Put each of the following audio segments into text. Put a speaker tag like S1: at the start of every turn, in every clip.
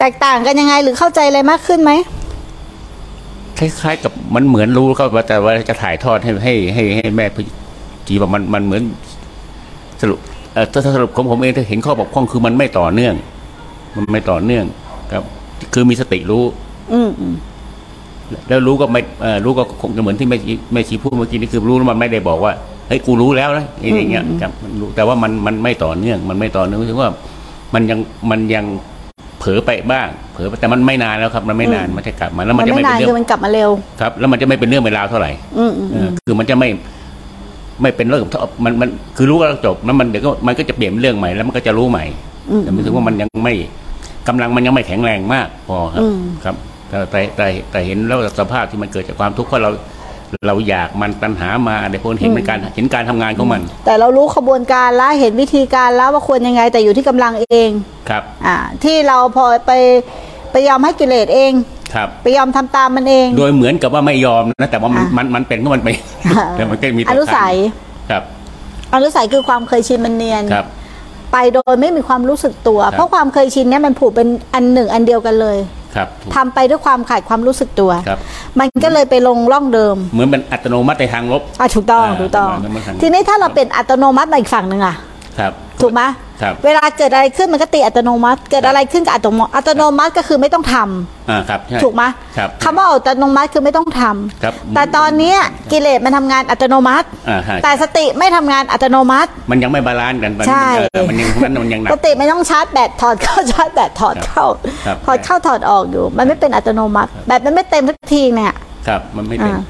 S1: แตกต่างกันยังไงหรือเข้าใจอะไรมากขึ้นไหม
S2: คล้ายๆกับมันเหมือนรู้ก็ว่าแต่ว่าจะถ่ายทอดให้ให้ให้ให้แม่พี่จีบอกมันมันเหมือนสรุปเอ่อถ้าถ้าสรุปของผมเองถ้าเห็นข้อบกพร่องคือมันไม่ต่อเนื่อง มันไม่ต่อเนื่องครับ คือมีสติรู้
S1: อืมอืม
S2: แล้วรู้ก็ไม่เอ่อรู้ก็คงจะเหมือนที่แม่ชีแม่ชีพูดเมื่อกี้นี่คือรู้แล้วมันไม่ได้บอกว่าเฮ้ยกูรู้แล้วนะอะไรอย่างเงี้ยครับมันรู้แต่ว่ามันมันไม่ต่อเนื่อง มันไม่ต่อเนื่องถึงว่า มันยังมันยังเผลอไปบ้าง เผลอไปแต่มันไม่นานแล้วครับ มันไม่นานมันจะกลับมาแล้ว
S1: มั
S2: มัน
S1: น
S2: จะไม่เป็
S1: ไม่า
S2: น
S1: น
S2: นเรื่อ
S1: คื
S2: ง
S1: อมันกลับมาเร็ว
S2: ครับแล้วมันจะไม่เป็นเรื่องเป็นราวเท่าไหร่
S1: อืมอืม
S2: เออคือมันจะไม่ไม่เป็นเรื่องมันมันคือรู้ว่าเราจบแล้วมันเดี๋ยวก็มันก็จะเปลี่ยนเป็นเรื่องใหม่แล้วมันก็จะรู้ใหม่
S1: อืม
S2: แต่หมายถึงว่ามันยังไม่กำลังมันยังไม่แข็งแรงมากพอครับ
S1: อืม
S2: ครับแต่แต่แต่แต่เห็นแล้วสภาพที่มันเกิดจากความทุกข์เพราะเราเราอยากมันตัณหามาในพวกเห็นเป็นการเห็นการทำงานของมัน
S1: แต่เรารู้ขบวนการละเห็นวิธีการละว่าควรยังไง แต่อยู่ที่กำลังเอง
S2: ครับ
S1: อ่า ที่เราพอไปไปยอมให้กิเลสเอง
S2: ครับ
S1: ไปยอมทำตามมันเอง
S2: โดยเหมือนกับว่าไม่ยอมนะแต่ว่ามัน
S1: อ่ะ
S2: มันมันเป็นก็มันไป
S1: อ่ะ
S2: แต่มันก็มี
S1: อนุสัย
S2: ครับ
S1: อนุสัยคือความเคยชินมันเนียน
S2: ครับ
S1: ไปโดยไม่มีความรู้สึกตัว
S2: ครับ
S1: เพราะความเคยชินเนี่ยมันผูกเป็นอันหนึ่งอันเดียวกันเลย
S2: ครับถูก
S1: ทำไปด้วยความขาดความรู้สึกตัว
S2: ครับ
S1: มันก็เลยไปลงร่องเดิม
S2: เหมือนเป็นอัตโนมัติในทางลบ
S1: อ่ะถูกต้อง
S2: อ่า
S1: ถูกต้อง
S2: ประมาณนั้นมันทาง
S1: ทีนี้ถ้าเราเป็นอัตโนมัติมาอีกฝั่งหนึ่งอะ
S2: ครับ
S1: ถูกไหม
S2: ครับ
S1: เวลาเกิดอะไรขึ้นมันก็ตีอัตโนมัติ เกิด
S2: ครับ
S1: อะไรขึ้นกับอัตโนมัติอัตโนมัติก็คือไม่ต้องทำ
S2: อ่าครับใช่
S1: ถูกไหม
S2: ครับ
S1: คำว่าอัตโนมัติคือไม่ต้องทำ
S2: ครับ
S1: แต่ตอนเนี้ยกิเลสมันทำงานอัตโนมัติ
S2: อ่าฮะ
S1: แต่สติไม่ทำงานอัตโนมัติ
S2: มันยังไม่บาลานซ์กันมัน
S1: ใช่
S2: เออมันยังมันมันยังหนั
S1: ป
S2: ก
S1: กติมันต้องชาร์จแบตถอดเข้า ชาร์จแบตถอดเข้า
S2: ครับ
S1: ถอดเข้าถอดออกอยู่ มันไม่เป็นอัตโนมัติแบตมันไม่เต็มสักทีเนี่ย
S2: ครับมันไม่เป็น
S1: อ่า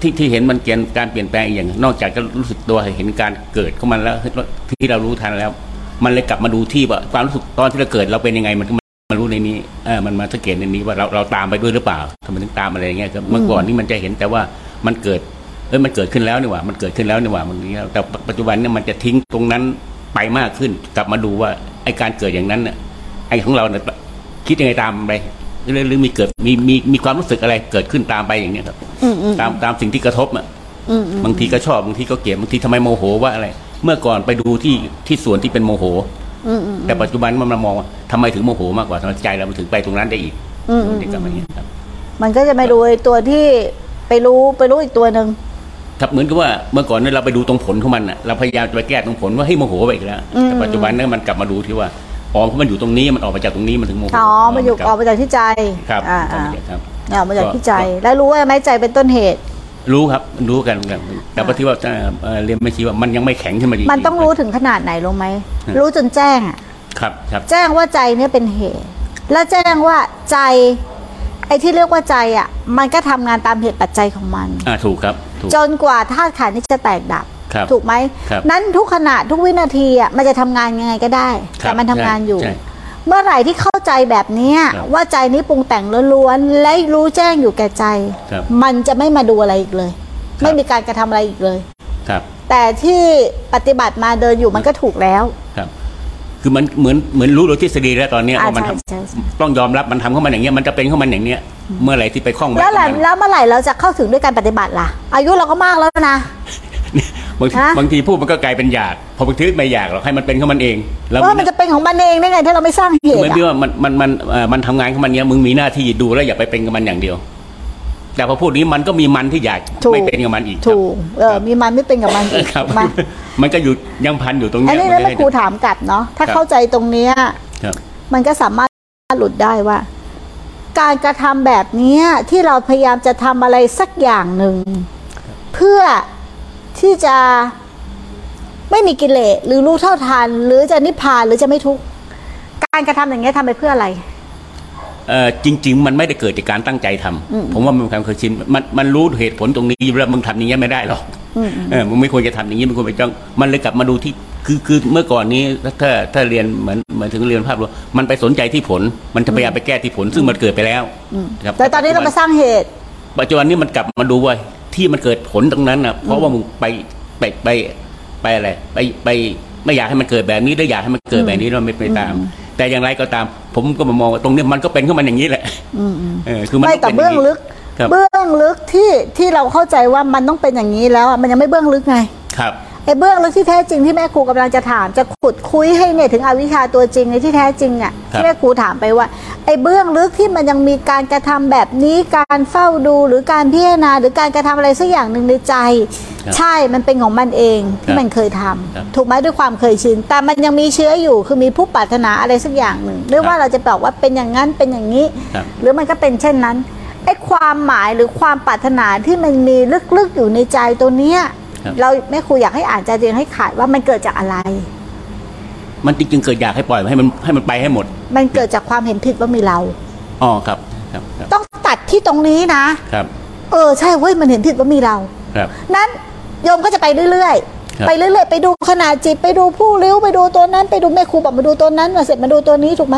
S2: ที่ที่เห็นมันเปลี่ยนการเปลี่ยนแปลงอีกอย่าง นอกจากจะรู้สึกตัวเห็นการเกิดของมันแล้วที่เรารู้ทันแล้ว มันเลยกลับมาดูที่ว่าความรู้สึกตอนที่เราเกิดเราเป็นยังไงมันมันมารู้ในนี้เออมันมาสังเกตในนี้ว่าเราเราตามไปด้วยหรือเปล่าทำไมถึงตามอะไรอย่างเงี้ยครับเมื่อก่อนนี่มันจะเห็นแต่ว่ามันเกิดเอ้ยมันเกิดขึ้นแล้วนี่หว่ามันเกิดขึ้นแล้วนี่หว่ามันอย่างเงี้ยแต่ปัจจุบันเนี่ยมันจะทิ้งตรงนั้นไปมากขึ้น กลับมาดูว่าไอการเกิดอย่างนั้นน่ะไอของเราเนี่ยคิดยังไงตามไปหรือหรือมีเกิดมีมีมีความรู้สึกอะไรเกิดขึ้นตามไปอย่างเงี้ยครับ ตามตามสิ่งที่กระทบอ่ะ
S1: อืม
S2: บางทีก็ชอบบางทีก็เกลียดบางทีทำไมโมโหว่าอะไร เมื่อก่อนไปดูที่ที่ส่วนที่เป็นโมโห
S1: อืมอืม
S2: แต่ปัจจุบันมันมามองว่าทำไมถึงโมโหมากกว่าทำไมใจเราถึงไปตรงนั้นได้อีก
S1: อืมอืม
S2: เด็กกลับมาอย่างเงี้ยครับ
S1: มันก็จะไม่รู้ไอ้ตัวที่ไปรู้ไปรู้อีกตัวหนึ่ง
S2: ครับเหมือนกับว่าเมื่อก่อนเนี่ยเราไปดูตรงผลของมันอ่ะเราพยายามจะไปแก้ตรงผลว่าให้ยโมโหไปอีกแล้วแต่ปัจจุบันเนี่ยมันกลับมาดูที่ว่าอ๋อเพราะมันอยู่ตรงนี้มันออกมาจากตรงนี้มันถึงโมโห
S1: อ๋อมันอยู่
S2: กลับ
S1: ออกมาจากที่ใจ
S2: ครับ
S1: อ่า
S2: ออก
S1: อ่า
S2: มาจากครับ
S1: ออกมาจากที่ใจ แล้วรู้ว่าไหมใจเป็นต้นเหตุ
S2: รู้ครับรู้กันครับแต่ว่าที่ว่าเอ่อเอ่อเรียนไม่ชี้ว่ามันยังไม่แข็งขึ้นมาจริงๆ
S1: มันต้องรู้ถึงขนาดไหนรู้ไหมรู้จนแจ้งอะ
S2: ครับครับ
S1: แจ้งว่าใจเนี่ยเป็นเหตุ และแจ้งว่าใจ ไอ้ที่เรียกว่าใจอ่ะ มันก็ทำงานตามเหตุปัจจัยของมัน
S2: อ่าถูกครับถูก
S1: จนกว่าธาตุขันธ์นี้จะแตกดับ
S2: ครับ
S1: ถูกไหม
S2: ครับ
S1: นั้นทุกขณะทุกวินาทีอ่ะมันจะทำงานยังไงก็ได้
S2: ครับ
S1: แต่มันทำงานอยู่
S2: ใช่ใช่
S1: เมื่อไหร่ที่เข้าใจแบบเนี้ย
S2: ครับ
S1: ว่าใจนี้ปรุงแต่งล้วนๆและรู้แจ้งอยู่แก่ใจ
S2: ครับ
S1: มันจะไม่มาดูอะไรอีกเลย
S2: ครับ
S1: ไม่มีการกระทำอะไรอีกเลย
S2: ครับ
S1: แต่ที่ปฏิบัติมาเดินอยู่มันก็ถูกแล้ว
S2: ครับ คือมันเหมือนเหมือนรู้โดยทฤษฎีแล้วตอนเนี้ย
S1: อ่า
S2: ว่ามันทำ
S1: ใช่ใช่ใช่
S2: ต้องยอมรับมันทำเข้ามาอย่างเงี้ยมันจะเป็นเข้ามาอย่างเนี้ย เมื่อไหร่ที่ไปคล้อง
S1: แล้ว
S2: บ
S1: หลัง
S2: มัน
S1: แล้วเมื่อไหร่เราจะเข้าถึงด้วยการปฏิบัติล่ะ อายุเราก็มากแล้วนะ
S2: บางที
S1: ฮะ
S2: บางทีพูดมันก็กลายเป็นอยากพอบางทีไม่อยากหรอกให้มันเป็นเข้ามันเองแล้ว
S1: ว่ามันจะเป็นของมันเองได้ไงถ้าเราไม่สร้างเห
S2: คือ
S1: ตุ
S2: เหมือน
S1: อะ
S2: ที่ว่ามันมันมันเอ่อมันทำงานเข้ามันเนี้ยมึงมีหน้าที่ดูแล้วอย่าไปเป็นกับมันอย่างเดียว แต่พอพูดนี้มันก็มีมันที่อยาก
S1: ถูก
S2: ไม่เป็นกับมันอีกครับ
S1: ถูกเออมีมันไม่เป็นกับมันอีก
S2: ครับ
S1: มา
S2: มันก็อยู่ยังพันอยู่ตรง
S1: อั
S2: เนี้
S1: นนี้
S2: ยมั
S1: นั่น
S2: น
S1: แม่ครูถามกลับเนาะถ้าเข้าใจตรงเนี้ย
S2: ครับ
S1: มันก็สามารถหลุดได้ว่า การกระทำแบบเนี้ยที่เราพยายามจะทำอะไรสักอย่างหนึ่ง เพื่อที่จะไม่มีกิเลสหรือรู้เท่าทัน หรือจะนิพพานหรือจะไม่ทุกข์การกระทำอย่างเงี้ยทำไปเพื่ออะไร
S2: เอ่อจริง ๆ มันไม่ได้เกิดจากการตั้งใจทำผมว่ามันเป็นความเคยชินมันมันรู้เหตุผลตรงนี้อยู่แล้วมึงทำอย่างนี้ยไม่ได้หรอกเออมึงไม่ควรจะทำอย่างนี้มึงควรไปจ้องมันเลยกลับมาดูที่คือคือเมื่อก่อนนี้ถ้าถ้าเรียนเหมือนเหมือนถึงเรียนภาพรวมมันไปสนใจที่ผล มันจะพยายามไปแก้ที่ผลซึ่งมันเกิดไปแล้วครับ
S1: แต่ตอนนี้เรามาสร้างเหตุ
S2: ปัจจุบันนี้มันกลับมาดูว่าที่มันเกิดผลตรงนั้นนะเพราะว่ามึงไปไปไปไปอะไรไปไปไม่อยากให้มันเกิดแบบนี้ได้อยากให้มันเกิดแบบนี้เราไม่ไปตาม แต่อย่างไรก็ตาม ผมก็มามองว่าตรงเนี้ยมันก็เป็นขึ้นมาอย่างนี้แหละเออคือมัน
S1: ไม่
S2: ต้
S1: แต่
S2: งป็น
S1: เบื้
S2: ย่า
S1: อง
S2: นี้
S1: ลึก
S2: ครับ
S1: เบื้องลึกที่ที่เราเข้าใจว่ามันต้องเป็นอย่างนี้แล้วอะมันยังไม่เบื้องลึกไง
S2: ครับ
S1: ไอ้เบื้องลึกที่แท้จริงที่แม่ครูกำลังจะถาม จะขุดคุยให้เนี่ยถึงอวิชชาตัวจริงในที่แท้จริงอ่ะ
S2: ครับ
S1: ที่แม่ครูถามไปว่า ไอ้เบื้องลึกที่มันยังมีการกระทำแบบนี้การเฝ้าดูหรือการพิจารณาหรือการกระทำอะไรสักอย่างหนึ่งในใจ
S2: ครับ
S1: ใช่มันเป็นของมันเองที่มันเคยทำ
S2: ครับ
S1: ถูกไหมด้วยความเคยชิน แต่มันยังมีเชื้ออยู่คือมีผู้ปรารถนาอะไรสักอย่างหนึ่งเรียกว่า
S2: ครับ
S1: เราจะบอกว่าเป็นอย่างนั้นเป็นอย่างนี้
S2: ครับ
S1: หรือมันก็เป็นเช่นนั้นไอ้ความหมายหรือความปรารถนาที่มันมีลึกๆอยู่ในใจตัวเนี้ย
S2: ครับ
S1: เราแม่ครูอยากให้อ่านใจตัวเองให้ขาดว่ามันเกิดจากอะไร
S2: มันจริงๆเกิดอยากให้ปล่อยให้มันให้มันไปให้หมด
S1: มันเกิดจากความเห็นผิดว่ามีเรา
S2: อ๋อครับครับครับ
S1: ต้องตัดที่ตรงนี้นะ
S2: ครับ
S1: เออใช่เว้ยมันเห็นผิดว่ามีเรา
S2: ครับ
S1: นั้นโยมก็จะไปเรื่อย
S2: ครับ
S1: ๆ ไปเรื่อยๆ ไปดูขนาดจิต ไปดูผู้ริ้วไปดูตัวนั้น ไปดูแม่ครูบอกมาดูตัวนั้นมาเสร็จมาดูตัวนี้ถูกไหม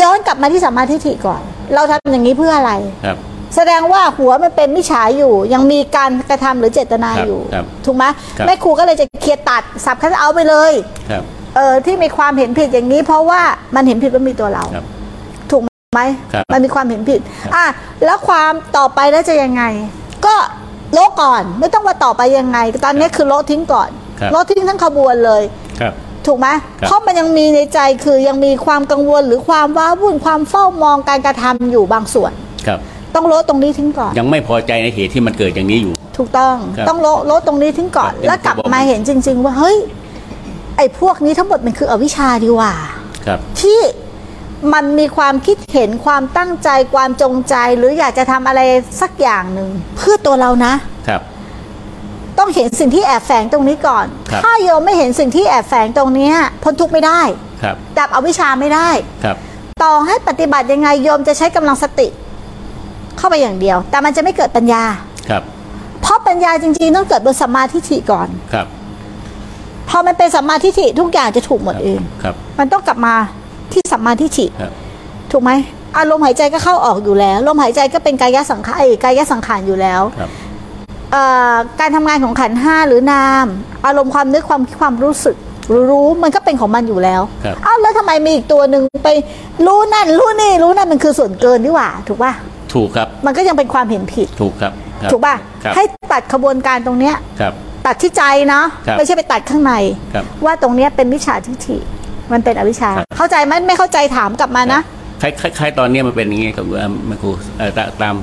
S1: ย้อนกลับมาที่สัมมาทิฏฐิก่อน เราทำอย่างนี้เพื่ออะไร
S2: ครับ
S1: แสดงว่าหัวมันเป็นมิจฉาอยู่ ยังมีการกระทำหรือเจตนา
S2: ครับ
S1: อยู่
S2: ครับ
S1: ถูกไหม
S2: ครับ
S1: แม่ครูก็เลยจะเคลียร์ตัดสับคันเอาไปเลย
S2: ครับ
S1: เออที่มีความเห็นผิดอย่างนี้ เพราะว่ามันเห็นผิดว่ามีตัวเรา
S2: ครับ
S1: ถูกไหม
S2: ครับ
S1: มันมีความเห็นผิด
S2: ครับ
S1: อ่ะ แล้วความต่อไปแล้วจะยังไง ก็โละก่อน ไม่ต้องว่าต่อไปยังไง ตอนนี้คือโละทิ้งก่อน
S2: ครับ
S1: โละทิ้งทั้งขบวนเลย
S2: ครับ
S1: ถูกไหม
S2: ครับ
S1: เพราะมันยังมีในใจคือยังมีความกังวลหรือความว้าวุ่นความเฝ้ามองการกระทำอยู่บางส่วน
S2: ครับ
S1: ต้องโละตรงนี้ทิ้งก่อน
S2: ยังไม่พอใจในเหตุที่มันเกิดอย่างนี้อยู่
S1: ถูกต้อง
S2: ครับ
S1: ต้องโละโละตรงนี้ทิ้งก่อน
S2: ครับ
S1: แล้วกลับ
S2: เป็นตัวบ่ง
S1: มาเห็นจริง ๆ ว่าเฮ้ย ไอ้พวกนี้ทั้งหมดมันคืออวิชชาดีหว่า
S2: ครับ
S1: ที่มันมีความคิดเห็นความตั้งใจความจงใจหรืออยากจะทำอะไรสักอย่างหนึ่งเพื่อตัวเรานะ
S2: ครับ
S1: ต้องเห็นสิ่งที่แอบแฝงตรงนี้ก่อน
S2: ครับ
S1: ถ้าโยมไม่เห็นสิ่งที่แอบแฝงตรงเนี้ยพ้นทุกข์ไม่ได้
S2: ครับ
S1: ดับอวิชชาไม่ได้
S2: ครับ
S1: ต่อให้ปฏิบัติยังไงโยมจะใช้กำลังสติ เข้าไปอย่างเดียว แต่มันจะไม่เกิดปัญญา
S2: ครับ
S1: เพราะปัญญาจริงๆต้องเกิดบนสัมมาทิฏฐิก่อน
S2: ครับ
S1: พอมันเป็นสัมมาทิฏฐิทุกอย่างจะถูกหมดเอง
S2: ครับ
S1: มันต้องกลับมาที่สัมมาทิฏฐิ
S2: ครับ
S1: ถูกไหมอารมณ์หายใจก็เข้าออกอยู่แล้ว ลมหายใจก็เป็นกายสังขารเอ้ยกายสังขารอยู่แล้ว
S2: ครับ
S1: เอ่อการทำงานของขันธ์ห้าหรือนาม อารมณ์ความนึกความคิดความรู้สึกรู้มันก็เป็นของมันอยู่แล้ว
S2: ครับ
S1: อ้าวแล้วทำไมมีอีกตัวหนึ่งไปรู้นั่นรู้นี่รู้นั่นมันคือส่วนเกินนี่หว่า ถูกป่ะ
S2: ถูกครับ
S1: มันก็ยังเป็นความเห็นผิด
S2: ถูกครับครับ
S1: ถูกป่ะ
S2: ครับ
S1: ให้ตัดขบวนการตรงเนี้ย
S2: ครับ
S1: ตัดที่ใจเนาะ
S2: ครับ
S1: ไม่ใช่ไปตัดข้างใน
S2: ครับ
S1: ว่าตรงเนี้ยเป็นมิจฉาทิฏฐิมันเป็นอวิชชา
S2: ครับ
S1: เข้าใจไหมไม่เข้าใจถามกลับมานะ
S2: คล้ายคล้ายคล้ายตอนเนี้ยมันเป็นอย่างงี้ครับเอ่อมันครูเอ่อตาตาม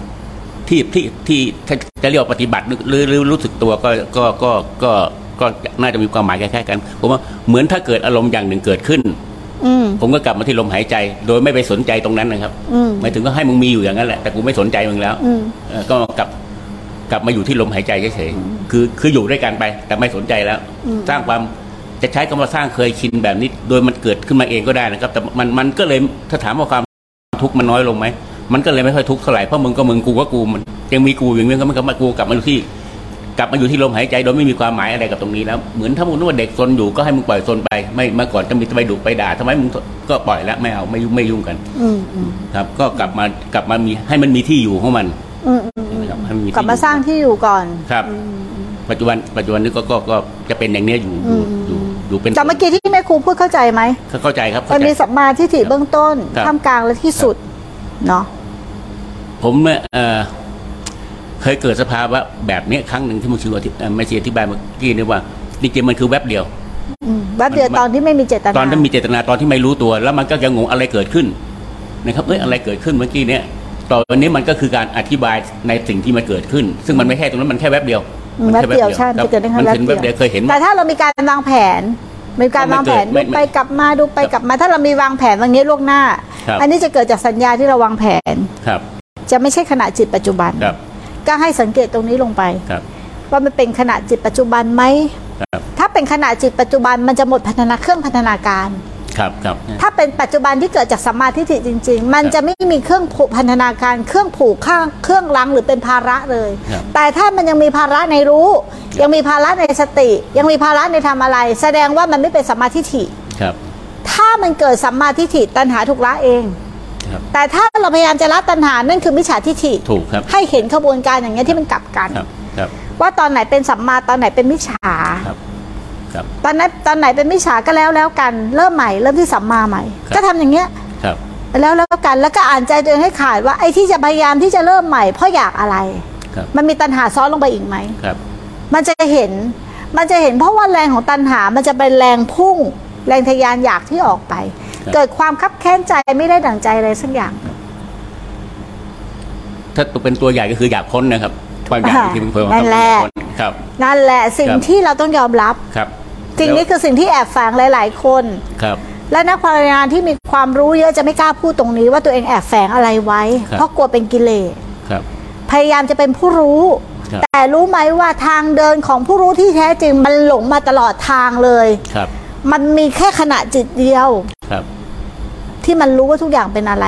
S2: ที่ที่ที่ถ้าจะเรียกว่าปฏิบัติหรือหรือหรือรู้สึกตัวก็ก็ก็ก็ก็น่าจะมีความหมายคล้ายๆกันผมว่าเหมือนถ้าเกิดอารมณ์อย่างหนึ่งเกิดขึ้น
S1: อืม
S2: ผมก็กลับมาที่ลมหายใจ โดยไม่ไปสนใจตรงนั้นนะครับ
S1: อืม
S2: หมายถึงก็ให้มึงมีอยู่อย่างนั้นแหละแต่กูไม่สนใจมึงแล้ว
S1: อืม
S2: เอ่อก็กลับกลับมาอยู่ที่ลมหายใจเฉยๆคือคืออยู่ด้วยกันไป แต่ไม่สนใจแล้ว สร้างความจะใช้คำว่าสร้างเคยชินแบบนี้ โดยมันเกิดขึ้นมาเองก็ได้นะครับ แต่มันมันก็เลยถ้าถามว่าความทุกข์มันน้อยลงไหมมันก็เลยไม่ค่อยทุกข์เท่าไหร่เพราะมึงก็มึงกูก็กูมันยังมีกูอย่างนี้ก็มันก็มากูกลับมาอยู่ที่ กลับมาอยู่ที่ลมหายใจโดยไม่มีความหมายอะไรกับตรงนี้แล้ว เหมือนถ้ามึงนกวดเด็กซนอยู่ก็ให้มึงปล่อยซนไป ไม่เมื่อก่อนจะมีไปดุไปด่าทำไมมึงก็ปล่อยแล้วไม่เอาไม่ยุ่งไม่ยุ่งกัน
S1: อืมอืม
S2: ครับ ก็กลับมากลับมามีให้มันมีที่อยู่ของมัน
S1: อืมอืมอืม
S2: นะครับให้นที่
S1: กลับมาสร้างที่อยู่ก่อน
S2: ครับ ปัจจุบันปัจจุบันนี้ก็ก็ก็จะเป็นอย่างเนี้ยอยู่อยู่อยู่อยู่เป็น
S1: แต่เมื่อกี้ที่แม่ครูพูดเข้าใจไหม
S2: เข้าใจครับ
S1: มั
S2: เข้าน ใจ
S1: มีสัมมาทิฏฐิ
S2: ครับ
S1: เบื้องต้น
S2: ครับ
S1: ท่ามกลางและที่สุดเนาะ
S2: ผมเนี่ยเอ่อเคยเกิดสภาวะแบบเนี้ยครั้งหนึ่งที่มึงชื่ออธิเอ่อไม่ใช่อธิบายเมื่อกี้นี่ว่าจริงๆมันคือแวบเดียว
S1: อืมแวบเดียว
S2: มัน
S1: ตอนที่ไม่มีเจตนา
S2: ตอนที่มีเจตนาตอนที่ไม่รู้ตัว แล้วมันก็ยังงงอะไรเกิดขึ้นนะครับเอ้ยอะไรเกิดขึ้นเมื่อกี้เนี่ยต่อวันนี้มันก็คือการอธิบายในสิ่งที่มันเกิดขึ้น ซึ่งมันไม่ใช่ตรงนั้นมันแค่แวบเดียว
S1: อืมแวบเดียวใช่มันเกิดได้แค่
S2: มัน
S1: แว
S2: เห็นแว
S1: บบ เดี
S2: เดี
S1: ย
S2: ยว วเคยเห็น
S1: แต่ถ้าเรามีการวางแผน มีการวางแผนดู
S2: ไม่เกิด
S1: ไปกลับมาดูไปกลับมาถ้าเรามีวางแผนวันนี้ล่วงหน้า
S2: ครับ
S1: อันนี้จะเกิดจากสัญญาที่เราวางแผน
S2: ครับ
S1: จะไม่ใช่ขณะจิตปัจจุบัน
S2: ครับ
S1: ก็ให้สังเกตตรงนี้ลงไป
S2: ครับ
S1: ว่ามันเป็นขณะจิตปัจจุบันไหม
S2: ครับ
S1: ถ้าเป็นขณะจิตปัจจุบันมันจะหมดพัฒนาเครื่องพัฒนาการ
S2: ครับครับ
S1: ถ้าเป็นปัจจุบันที่เกิดจากสัมมาทิฏฐิจริง ๆ มัน
S2: ครับ
S1: จะไม่มีเครื่องผูกพันธนาการเครื่องผูกข้างเครื่องลังหรือเป็นภาระเลย
S2: ครับ
S1: แต่ถ้ามันยังมีภาระในรู้ ยังมีภาระในสติ ยังมีภาระในทำอะไร แสดงว่ามันไม่เป็นสัมมาทิฏฐิ
S2: ครับ
S1: ถ้ามันเกิดสัมมาทิฏฐิตัณหาถูกละเอง
S2: ครับ
S1: แต่ถ้าเราพยายามจะละตัณหานั่นคือมิจฉาทิฏฐิ
S2: ถูกครับ
S1: ให้เห็นขบวนการอย่างเงี้ยที่มันกลับกัน
S2: ครับครับ
S1: ว่าตอนไหนเป็นสัมมาตอนไหนเป็นมิจฉา
S2: ครับครับ
S1: ตอนนั้นตอนไหนเป็นมิจฉาก็แล้วแล้วกัน เริ่มใหม่เริ่มที่สัมมาใหม่
S2: ครับ
S1: ก็ทำอย่างเงี้ย
S2: ครับ
S1: แล้วแล้วกันแล้วก็อ่านใจตัวเองให้ขาดว่าไอ้ที่จะพยายามที่จะเริ่มใหม่เพราะอยากอะไร
S2: ครับ
S1: มันมีตันหาซ้อนลงไปอีกไหม
S2: ครับ
S1: มันจะเห็น มันจะเห็นเพราะว่าแรงของตันหามันจะเป็นแรงพุ่ง แรงทะยานอยากที่ออกไป เกิดความคับแค้นใจไม่ได้ดั่งใจอะไรสักอย่าง
S2: ถ้าตัวเป็นตัวใหญ่ก็คืออยากพ้นนะครับความอยาก
S1: อ่า
S2: ที่มันเคย
S1: นั่นแหละ
S2: ครับ
S1: นั่นแหละสิ่งที่เราต้องยอมรับ
S2: ครับ
S1: สิ่งนี้คือสิ่งที่แอบแฝงหลาย ๆ คน
S2: ครับ
S1: และนักภาวนาที่มีความรู้เยอะจะไม่กล้าพูดตรงนี้ว่าตัวเองแอบแฝงอะไรไว้
S2: ครับ
S1: เพราะกลัวเป็นกิเลส
S2: ครับ
S1: พยายามจะเป็นผู้รู้
S2: ครับ
S1: แต่รู้ไหมว่าทางเดินของผู้รู้ที่แท้จริงมันหลงมาตลอดทางเลย
S2: ครับ
S1: มันมีแค่ขณะจิตเดียว
S2: ครับ
S1: ที่มันรู้ว่าทุกอย่างเป็นอะไร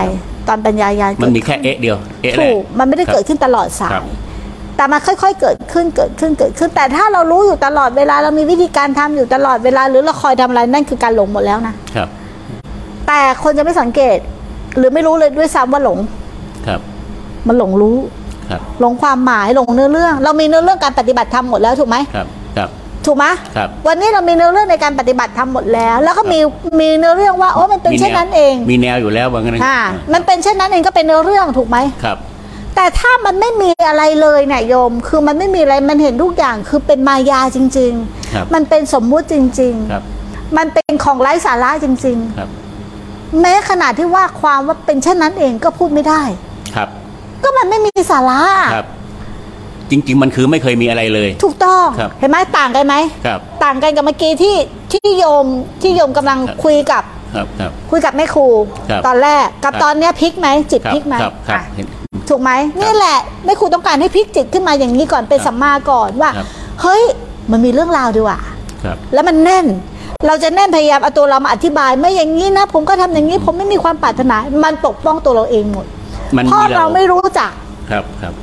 S1: ตอนปัญญายาณ
S2: มั
S1: เกิ
S2: น
S1: ด
S2: มีแค่เอ๊ะเดียวเอ๊ะแร
S1: ถู
S2: ก
S1: กมันไม่ได้
S2: ครับ
S1: เกิดขึ้นตลอดสา
S2: ครั
S1: ย
S2: บ
S1: แต่มันค่อย ๆ เกิดขึ้นเกิดขึ้นเกิดขึ้น แต่ถ้าเรารู้อยู่ตลอดเวลาเรามีวิธีการทำอยู่ตลอดเวลา หรือเราคอยทำอะไรนั่นคือการหลงหมดแล้วนะครับ แต่คนจะไม่สังเกต หรือไม่รู้เลยด้วยซ้ำว่าหลง
S2: ครับ
S1: มันหลงรู้
S2: ครับ
S1: หลงความหมายหลงเนื้อเรื่อง เรามีเนื้อเรื่องการปฏิบัติธรรมหมดแล้วถูกไหม
S2: ครับครับ
S1: ถูกไหม
S2: ครับ
S1: วันนี้เรามีเนื้อเรื่องในการปฏิบัติทำหมดแล้ว แล้วก็มีมีเนื้อเรื่องว่าโอ้มันเป็น
S2: มีแว
S1: เช่นนั้นเอง
S2: มีแนวอยู่แล้วว่างั้นนะ
S1: อ่ามันเป็นเช่นนั้นเองก็เป็นเนื้อเรื่องถูกไหม
S2: ครับ
S1: แต่ถ้ามันไม่มีอะไรเลยเนี่ยโยม คือมันไม่มีอะไรมันเห็นทุกอย่างคือเป็นมายาจริง
S2: ครับ
S1: ๆ มันเป็นสมมุติจริง
S2: ครับ
S1: ๆ มันเป็นของไร้สาระจริง
S2: ครับ
S1: ๆ แม้ขนาดที่ว่าความว่าเป็นเช่นนั้นเองก็พูดไม่ได้
S2: ครับ
S1: ก็มันไม่มีสาระ
S2: ครับ จริง ๆ มันคือไม่เคยมีอะไรเลย
S1: ถูกต้อง
S2: ครับ
S1: เห็นไหมต่างกันไหม
S2: ครับ
S1: ต่างกันกับเมื่อกี้ที่ที่โยมที่โยมกำลัง
S2: ครับ
S1: คุยกับ
S2: ครับครับ
S1: คุยกับแม่ครู
S2: ครับ
S1: ตอนแรกกับ
S2: ครับ
S1: ตอนเนี้ยพลิกไหมจิต
S2: ครั
S1: พลิกไหม
S2: ครับครับ
S1: อ่ะ
S2: เห็น
S1: ถูกไหมนี่แหละแม่ครูต้องการให้พลิกจิตขึ้นมาอย่างนี้ก่อนเป็นสัมมาก่อนว่า
S2: ครับ
S1: เฮ้ยมันมีเรื่องราวดีว่ะ
S2: ครับ
S1: แล้วมันแน่น เราจะแน่นพยายามเอาตัวเรามาอธิบาย ไม่อย่างนี้นะ ผมก็ทำอย่างนี้ผมไม่มีความปรารถนา มันปกป้องตัวเราเองหมด
S2: มัน
S1: เพ
S2: มี
S1: ราะเราไม่รู้จัก
S2: ครับครับ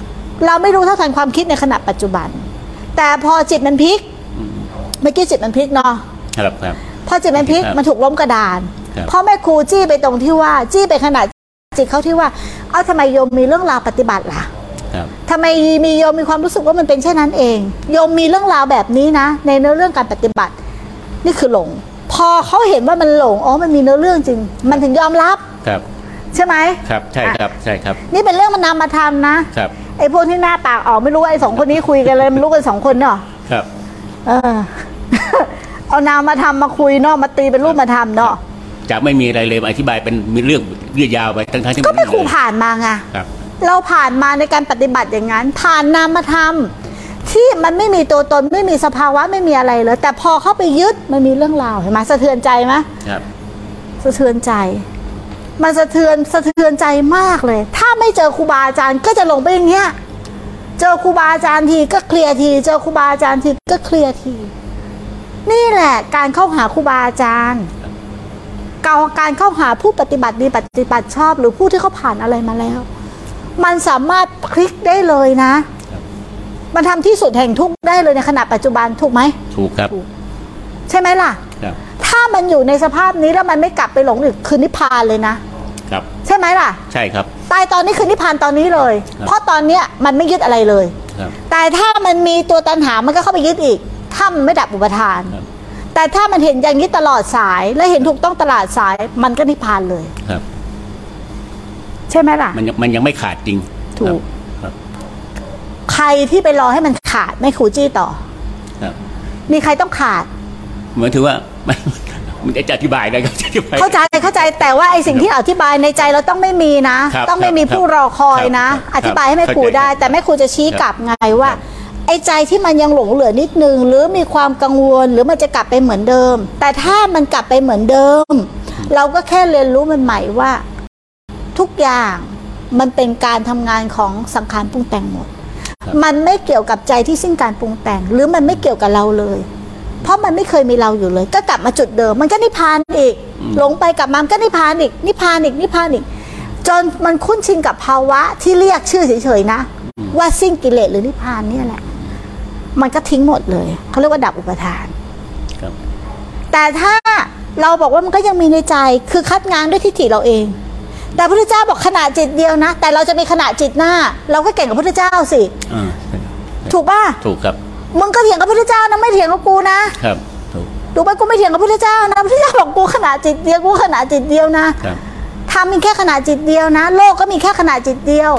S1: เราไม่รู้เท่าทันความคิดในขณะปัจจุบัน แต่พอจิตมันพลิก
S2: อืม
S1: เมื่อกี้จิตมันพลิกเนาะ
S2: ครับครับ
S1: พอจิตมันพลิก
S2: ครับ
S1: มันถูกล้มกระดาน
S2: ครับ
S1: พ่อแม่ครูจี้ไปตรงที่ว่าจี้ไปขนาดจิตเขาที่ว่า เอาทำไมโยมมีเรื่องราวปฏิบัติล่ะ
S2: ครับ
S1: ทำไมมีโยมมีความรู้สึกว่ามันเป็นเช่นนั้นเอง โยมมีเรื่องราวแบบนี้นะ ในเนื้อเรื่องการปฏิบัติ นี่คือหลง พอเขาเห็นว่ามันหลงอ๋อมันมีเนื้อเรื่องจริง มันถึงยอมรับ
S2: ครับ
S1: ใช่ไหม
S2: ครับใช่ครับใช่ครับ
S1: นี่เป็นเรื่องมันนามธรรมนะครับ ไอ้พวกที่หน้าปากออกไม่รู้ว่าไอ้สองคนนี้คุยกันเลยมันรู้กันสองคนเนาะ
S2: ครับ
S1: เอ อ เอานามมาทำมาคุยเนาะมาตีเป็นรูปมาทำเนาะ
S2: จะไม่มีอะไรเลยมาอธิบายเป็นมีเรื่องยืดยาวไปทั้งทั้งๆที่
S1: ก็
S2: น
S1: ไม่ครู
S2: เลย
S1: ผ่านมาไง
S2: ครับ
S1: เราผ่านมาในการปฏิบัติอย่างนั้น ผ่านนามธรรม ที่มันไม่มีตัวตนไม่มีสภาวะไม่มีอะไรเลย แต่พอเข้าไปยึดมันมีเรื่องราวเห็นไหมสะเทือนใจไหม
S2: ครับ
S1: สะเทือนใจ มันสะเทือนสะเทือนใจมากเลย ถ้าไม่เจอครูบาอาจารย์ก็จะหลงไปอย่างเงี้ยเจอครูบาอาจารย์ทีก็เคลียร์ที เจอครูบาอาจารย์ทีก็เคลียร์ที นี่แหละการเข้าหาครูบาอาจารย์การเข้าหาผู้ปฏิบัติดีปฏิบัติชอบ หรือผู้ที่เขาผ่านอะไรมาแล้ว มันสามารถพลิกได้เลยนะ
S2: ครับ
S1: มันทำที่สุดแห่งทุกข์ได้เลยในขณะปัจจุบันถูกไหม
S2: ถูกครับ
S1: ใช่ไหมล่ะ
S2: ครับ
S1: ถ้ามันอยู่ในสภาพนี้แล้วมันไม่กลับไปหลงอีกคือนิพพานเลยนะ
S2: ครับ
S1: ใช่ไหมล่ะ
S2: ใช่ครับ
S1: ตายตอนนี้คือนิพพานตอนนี้เลย
S2: ครับ
S1: เพราะตอนเนี้ยมันไม่ยึดอะไรเลย
S2: ครับ
S1: แต่ถ้ามันมีตัวตันหามันก็เข้าไปยึดอีก ถ้ามันไม่ดับอุปทาน
S2: ครับ
S1: แต่ถ้ามันเห็นอย่างนี้ตลอดสาย และเห็นถูกต้องตลอดสาย มันก็นิพพานเลย
S2: ครับ
S1: ใช่ไหมล่ะ
S2: มันยังมันยังไม่ขาดจริง
S1: ถูก
S2: ครับ
S1: ใครที่ไปรอให้มันขาดไม่ขูจี้ต่อ
S2: ครับ
S1: มีใครต้องขาด
S2: เหมือนถือว่า มันจะอธิบายได้ครับ จะอธิบาย
S1: เข้าใจเข้าใจแต่ว่าไอ้สิ่งที่อธิบายในใจเราต้องไม่มีนะ
S2: ครับ
S1: ต้องไม่มีผู้รอคอยนะ
S2: ครับ
S1: อธิบายให้แม่ครูได้
S2: เข้าใจครับ
S1: แต่แม่ครูจะชี้กลับไงว่า ไอ้ใจที่มันยังหลงเหลือนิดนึง หรือมีความกังวลหรือมันจะกลับไปเหมือนเดิม แต่ถ้ามันกลับไปเหมือนเดิม เราก็แค่เรียนรู้มันใหม่ว่า ทุกอย่างมันเป็นการทำงานของสังขารปรุงแต่งหมด
S2: ครับ
S1: มันไม่เกี่ยวกับใจที่สิ้นการปรุงแต่ง หรือมันไม่เกี่ยวกับเราเลย เพราะมันไม่เคยมีเราอยู่เลย ก็กลับมาจุดเดิม มันก็นิพพานอีก หลงไปกลับมามันก็นิพพานอีก นิพพานอีกนิพพานอีก จนมันคุ้นชินกับภาวะที่เรียกชื่อเฉยๆนะ ว่าสิ้นกิเลสหรือนิพพานเนี่ยแหละ มันก็ทิ้งหมดเลยเขาเรียกว่าดับอุปทาน
S2: ครับ
S1: แต่ถ้าเราบอกว่ามันก็ยังมีในใจคือคัดงานด้วยทิฏฐิเราเอง แต่พระพุทธเจ้าบอกขณะจิตเดียวนะ แต่เราจะมีขณะจิตหน้า เราก็เก่งกับพระพุทธเจ้าสิ
S2: อ่า
S1: ถูกป่ะ
S2: ถูกครับ
S1: มึงก็เถียงกับพระพุทธเจ้านะไม่เถียงกับกูนะครับ
S2: ถูก
S1: ถูกป่ะกูไม่เถียงกับพระพุทธเจ้านะพระพุทธเจ้าบอกกูขณะจิตเดียวกูขณะจิตเดียวนะครับ ทำมีแค่ขณะจิตเดียวนะ โลกก็มีแค่ขณะจิตเดียว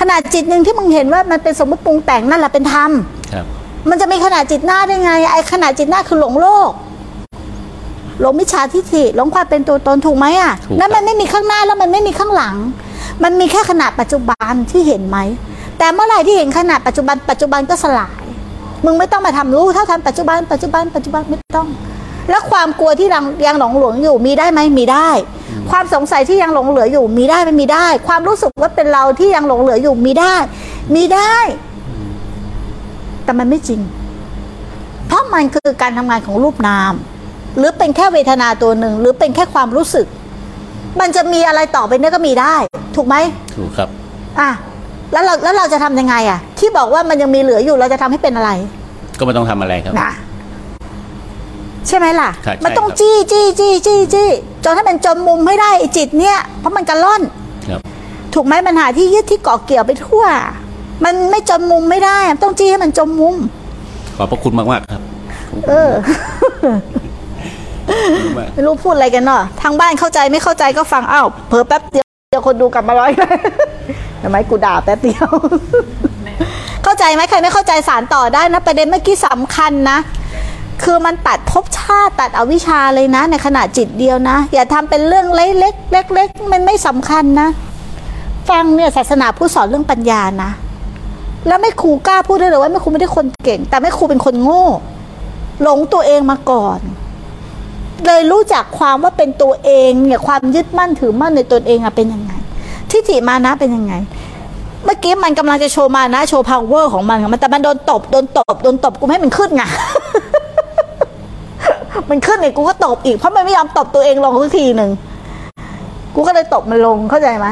S1: ขณะจิตหนึ่งที่มึงเห็นว่ามันเป็นสมมติปรุงแต่งนั่นแหละเป็นธรรม
S2: ครับ
S1: มันจะมีขนาดจิตหน้าได้ไง ไอ้ขนาดจิตหน้าคือหลงโลก หลงมิจฉาทิฏฐิหลงความเป็นตัวตนถูกไหมอ่ะ แล้วมันไม่มีข้างหน้าแล้วมันไม่มีข้างหลัง มันมีแค่ขนาดปัจจุบันที่เห็นไหม แต่เมื่อไหร่ที่เห็นขนาดปัจจุบัน ปัจจุบันก็สลาย มึงไม่ต้องมาทำรู้เท่าทันปัจจุบัน ปัจจุบัน ปัจจุบันไม่ต้อง แล้วความกลัวที่ยังยังหลงหลวงอยู่มีได้ไหมมีได้ ความสงสัยที่ยังหลงเหลืออยู่มีได้ไหม่มีได้ ความรู้สึกว่าเป็นเราที่ยังหลงเหลืออยู่มีได้ มีได้ แต่มันไม่จริง เพราะมันคือการทำงานของรูปนาม หรือเป็นแค่เวทนาตัวหนึ่ง หรือเป็นแค่ความรู้สึก มันจะมีอะไรต่อไปเนี่ยก็มีได้ ถูกไหม
S2: ถูกครับ
S1: อ่ะแล้วเราแล้วเราจะทำยังไงอ่ะ ที่บอกว่ามันยังมีเหลืออยู่เราจะทำให้เป็นอะไร
S2: ก็ไม่ต้องทำอะไรครับ
S1: นะใช่ไหมล่ะ
S2: ใช่ใช่
S1: มันต้อง
S2: ครับ
S1: จี้จี้จี้จี้จี้จนให้มันจมมุมให้ได้ไอ้จิตเนี่ย เพราะมันกระล่อน
S2: ครับ
S1: ถูกไหมปัญหาที่ยึดที่เกาะเกี่ยวไปทั่ว มันไม่จมมุมไม่ได้มันต้องจี้ให้มันจมมุม
S2: ขอบพระคุณมากมากๆครับ
S1: เออ ไม่รู้พูดอะไรกันเนาะทางบ้านเข้าใจไม่เข้าใจก็ฟังอ้าวเผลอแป๊บเดียวเดี๋ยวคนดูกลับมาร้อย ทำไมกูด่าแป๊บเดียว เข้าใจไหมใครไม่เข้าใจสารต่อได้นะ ประเด็นเมื่อกี้สำคัญนะ คือมันตัดภพชาติตัดอวิชชาเลยนะ ในขณะจิตเดียวนะ อย่าทำเป็นเรื่องเล็กเล็กเล็กเล็กๆมันไม่สำคัญนะ ฟังเนี่ยศาสนาผู้สอนเรื่องปัญญานะ แล้วไม่ครูกล้าพูดได้เลยว่าไม่ครูไม่ได้คนเก่ง แต่ไม่ครูเป็นคนโง่ หลงตัวเองมาก่อน เลยรู้จักความว่าเป็นตัวเองเนี่ยความยึดมั่นถือมั่นในตนเองอะเป็นยังไงทิฏฐิมานะเป็นยังไง เมื่อกี้มันกำลังจะโชว์มานะ โชว์ power ของมันอะมันแต่มันโดนตบโดนตบโดนตบกูไม่ให้มันขึ้นไง มันขึ้นเนี่ยกูก็ตบอีก เพราะมันไม่ยอมตบตัวเองลงสักทีหนึ่งกูก็เลยตบมันลงเข้าใจไหม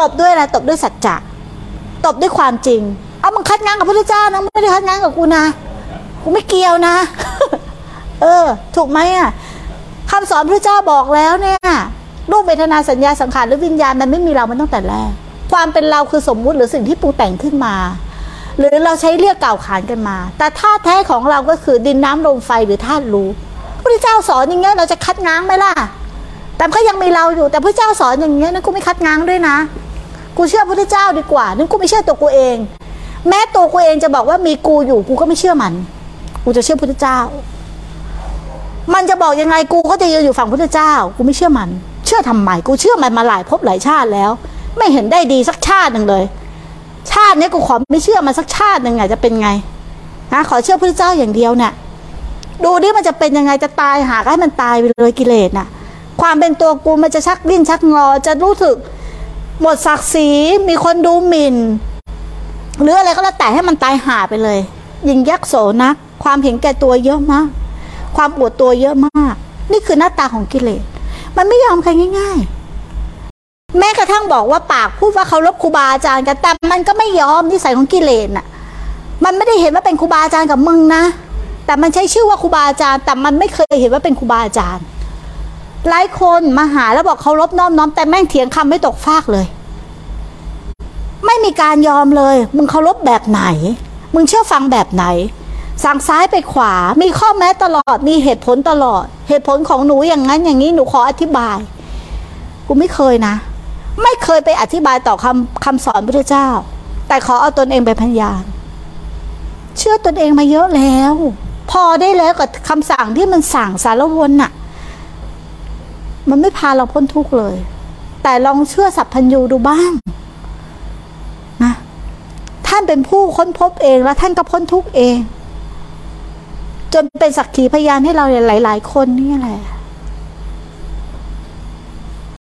S1: ตบด้วยอะไรตบด้วยสัจจะตบด้วยความจริง เอามันคัดง้างกับพระเจ้านะไม่ได้คัดง้างกับกูนะกูไม่เกี่ยวนะ เออ ถูกไหมอ่ะคำสอนพระเจ้าบอกแล้วเนี่ยรูปเวทนาสัญญาสังขารหรือวิญญาณมันไม่มีเรามันตั้งแต่แรก ความเป็นเราคือสมมุติหรือสิ่งที่ปรุงแต่งขึ้นมา หรือเราใช้เรียกกล่าวขานกันมา แต่ธาตุแท้ของเราก็คือดินน้ำลมไฟหรือธาตุรู้พระเจ้าสอนอย่างเงี้ยเราจะคัดง้างไหมล่ะ แต่ก็ยังมีเราอยู่ แต่พระเจ้าสอนอย่างเงี้ยนั่นกูไม่คัดง้างด้วยนะ กูเชื่อพระเจ้าดีกว่านั่นกูไม่เชื่อตัวกูเอง แม้ตัวกูเองจะบอกว่ามีกูอยู่กูก็ไม่เชื่อมัน กูจะเชื่อพระเจ้า มันจะบอกยังไงกูก็จะยืนอยู่ฝั่งพุทธเจ้า กูไม่เชื่อมัน เชื่อทำไมกูเชื่อมันมาหลายภพหลายชาติแล้ว ไม่เห็นได้ดีสักชาติหนึ่งเลย ชาตินี้กูขอไม่เชื่อมันสักชาติหนึ่งอะจะเป็นไงนะขอเชื่อพุทธเจ้าอย่างเดียวเนี่ยดูดิมันจะเป็นยังไงจะตายหากให้มันตายไปเลยกิเลสน่ะ ความเป็นตัวกูมันจะชักดิ้นชักงอ จะรู้สึกหมดศักดิ์ศรีมีคนดูหมิ่น หรืออะไรก็แล้วแต่ให้มันตายหาไปเลย ยิงยักษ์โสนักความเห็นแก่ตัวเยอะมาก ความอวดตัวเยอะมาก นี่คือหน้าตาของกิเลส มันไม่ยอมใครง่ายๆ แม้กระทั่งบอกว่าปากพูดว่าเคารพครูบาอาจารย์กันแต่มันก็ไม่ยอมนิสัยของกิเลสน่ะ มันไม่ได้เห็นว่าเป็นครูบาอาจารย์กับมึงนะ แต่มันใช้ชื่อว่าครูบาอาจารย์ แต่มันไม่เคยเห็นว่าเป็นครูบาอาจารย์ หลายคนมาหาแล้วบอกเคารพน้อมน้อมแต่แม่งเถียงคำไม่ตกฟากเลย ไม่มีการยอมเลย มึงเคารพแบบไหน มึงเชื่อฟังแบบไหน สั่งซ้ายไปขวา มีข้อแม้ตลอด มีเหตุผลตลอด เหตุผลของหนูอย่างนั้นอย่างนี้ หนูขออธิบาย กูไม่เคยนะ ไม่เคยไปอธิบายต่อคำคำสอนพระเจ้า แต่ขอเอาตนเองไปนพยาน เชื่อตนเองมาเยอะแล้ว พอได้แล้วกับคำสั่งที่มันสั่งสารวนน่ะ มันไม่พาเราพ้นทุกข์เลย แต่ลองเชื่อสัพพัญญูดูบ้าง นะ ท่านเป็นผู้ค้นพบเองแล้วท่านก็พ้นทุกข์เอง จนเป็นสักขีพยานให้เราหลาย ๆ คนนี่แหละ